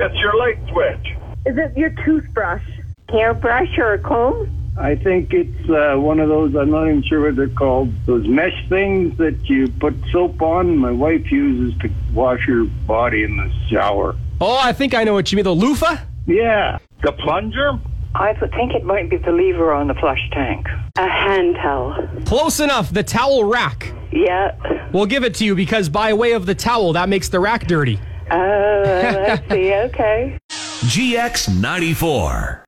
It's your light switch. Is it your toothbrush? Hairbrush or a comb? I think it's uh, one of those, I'm not even sure what they're called, those mesh things that you put soap on. My wife uses to wash her body in the shower. Oh, I think I know what you mean. The loofah? Yeah. The plunger? I th- think it might be the lever on the flush tank. A hand towel. Close enough. The towel rack. Yeah. We'll give it to you because by way of the towel, that makes the rack dirty. Oh, I see. Okay. GX94.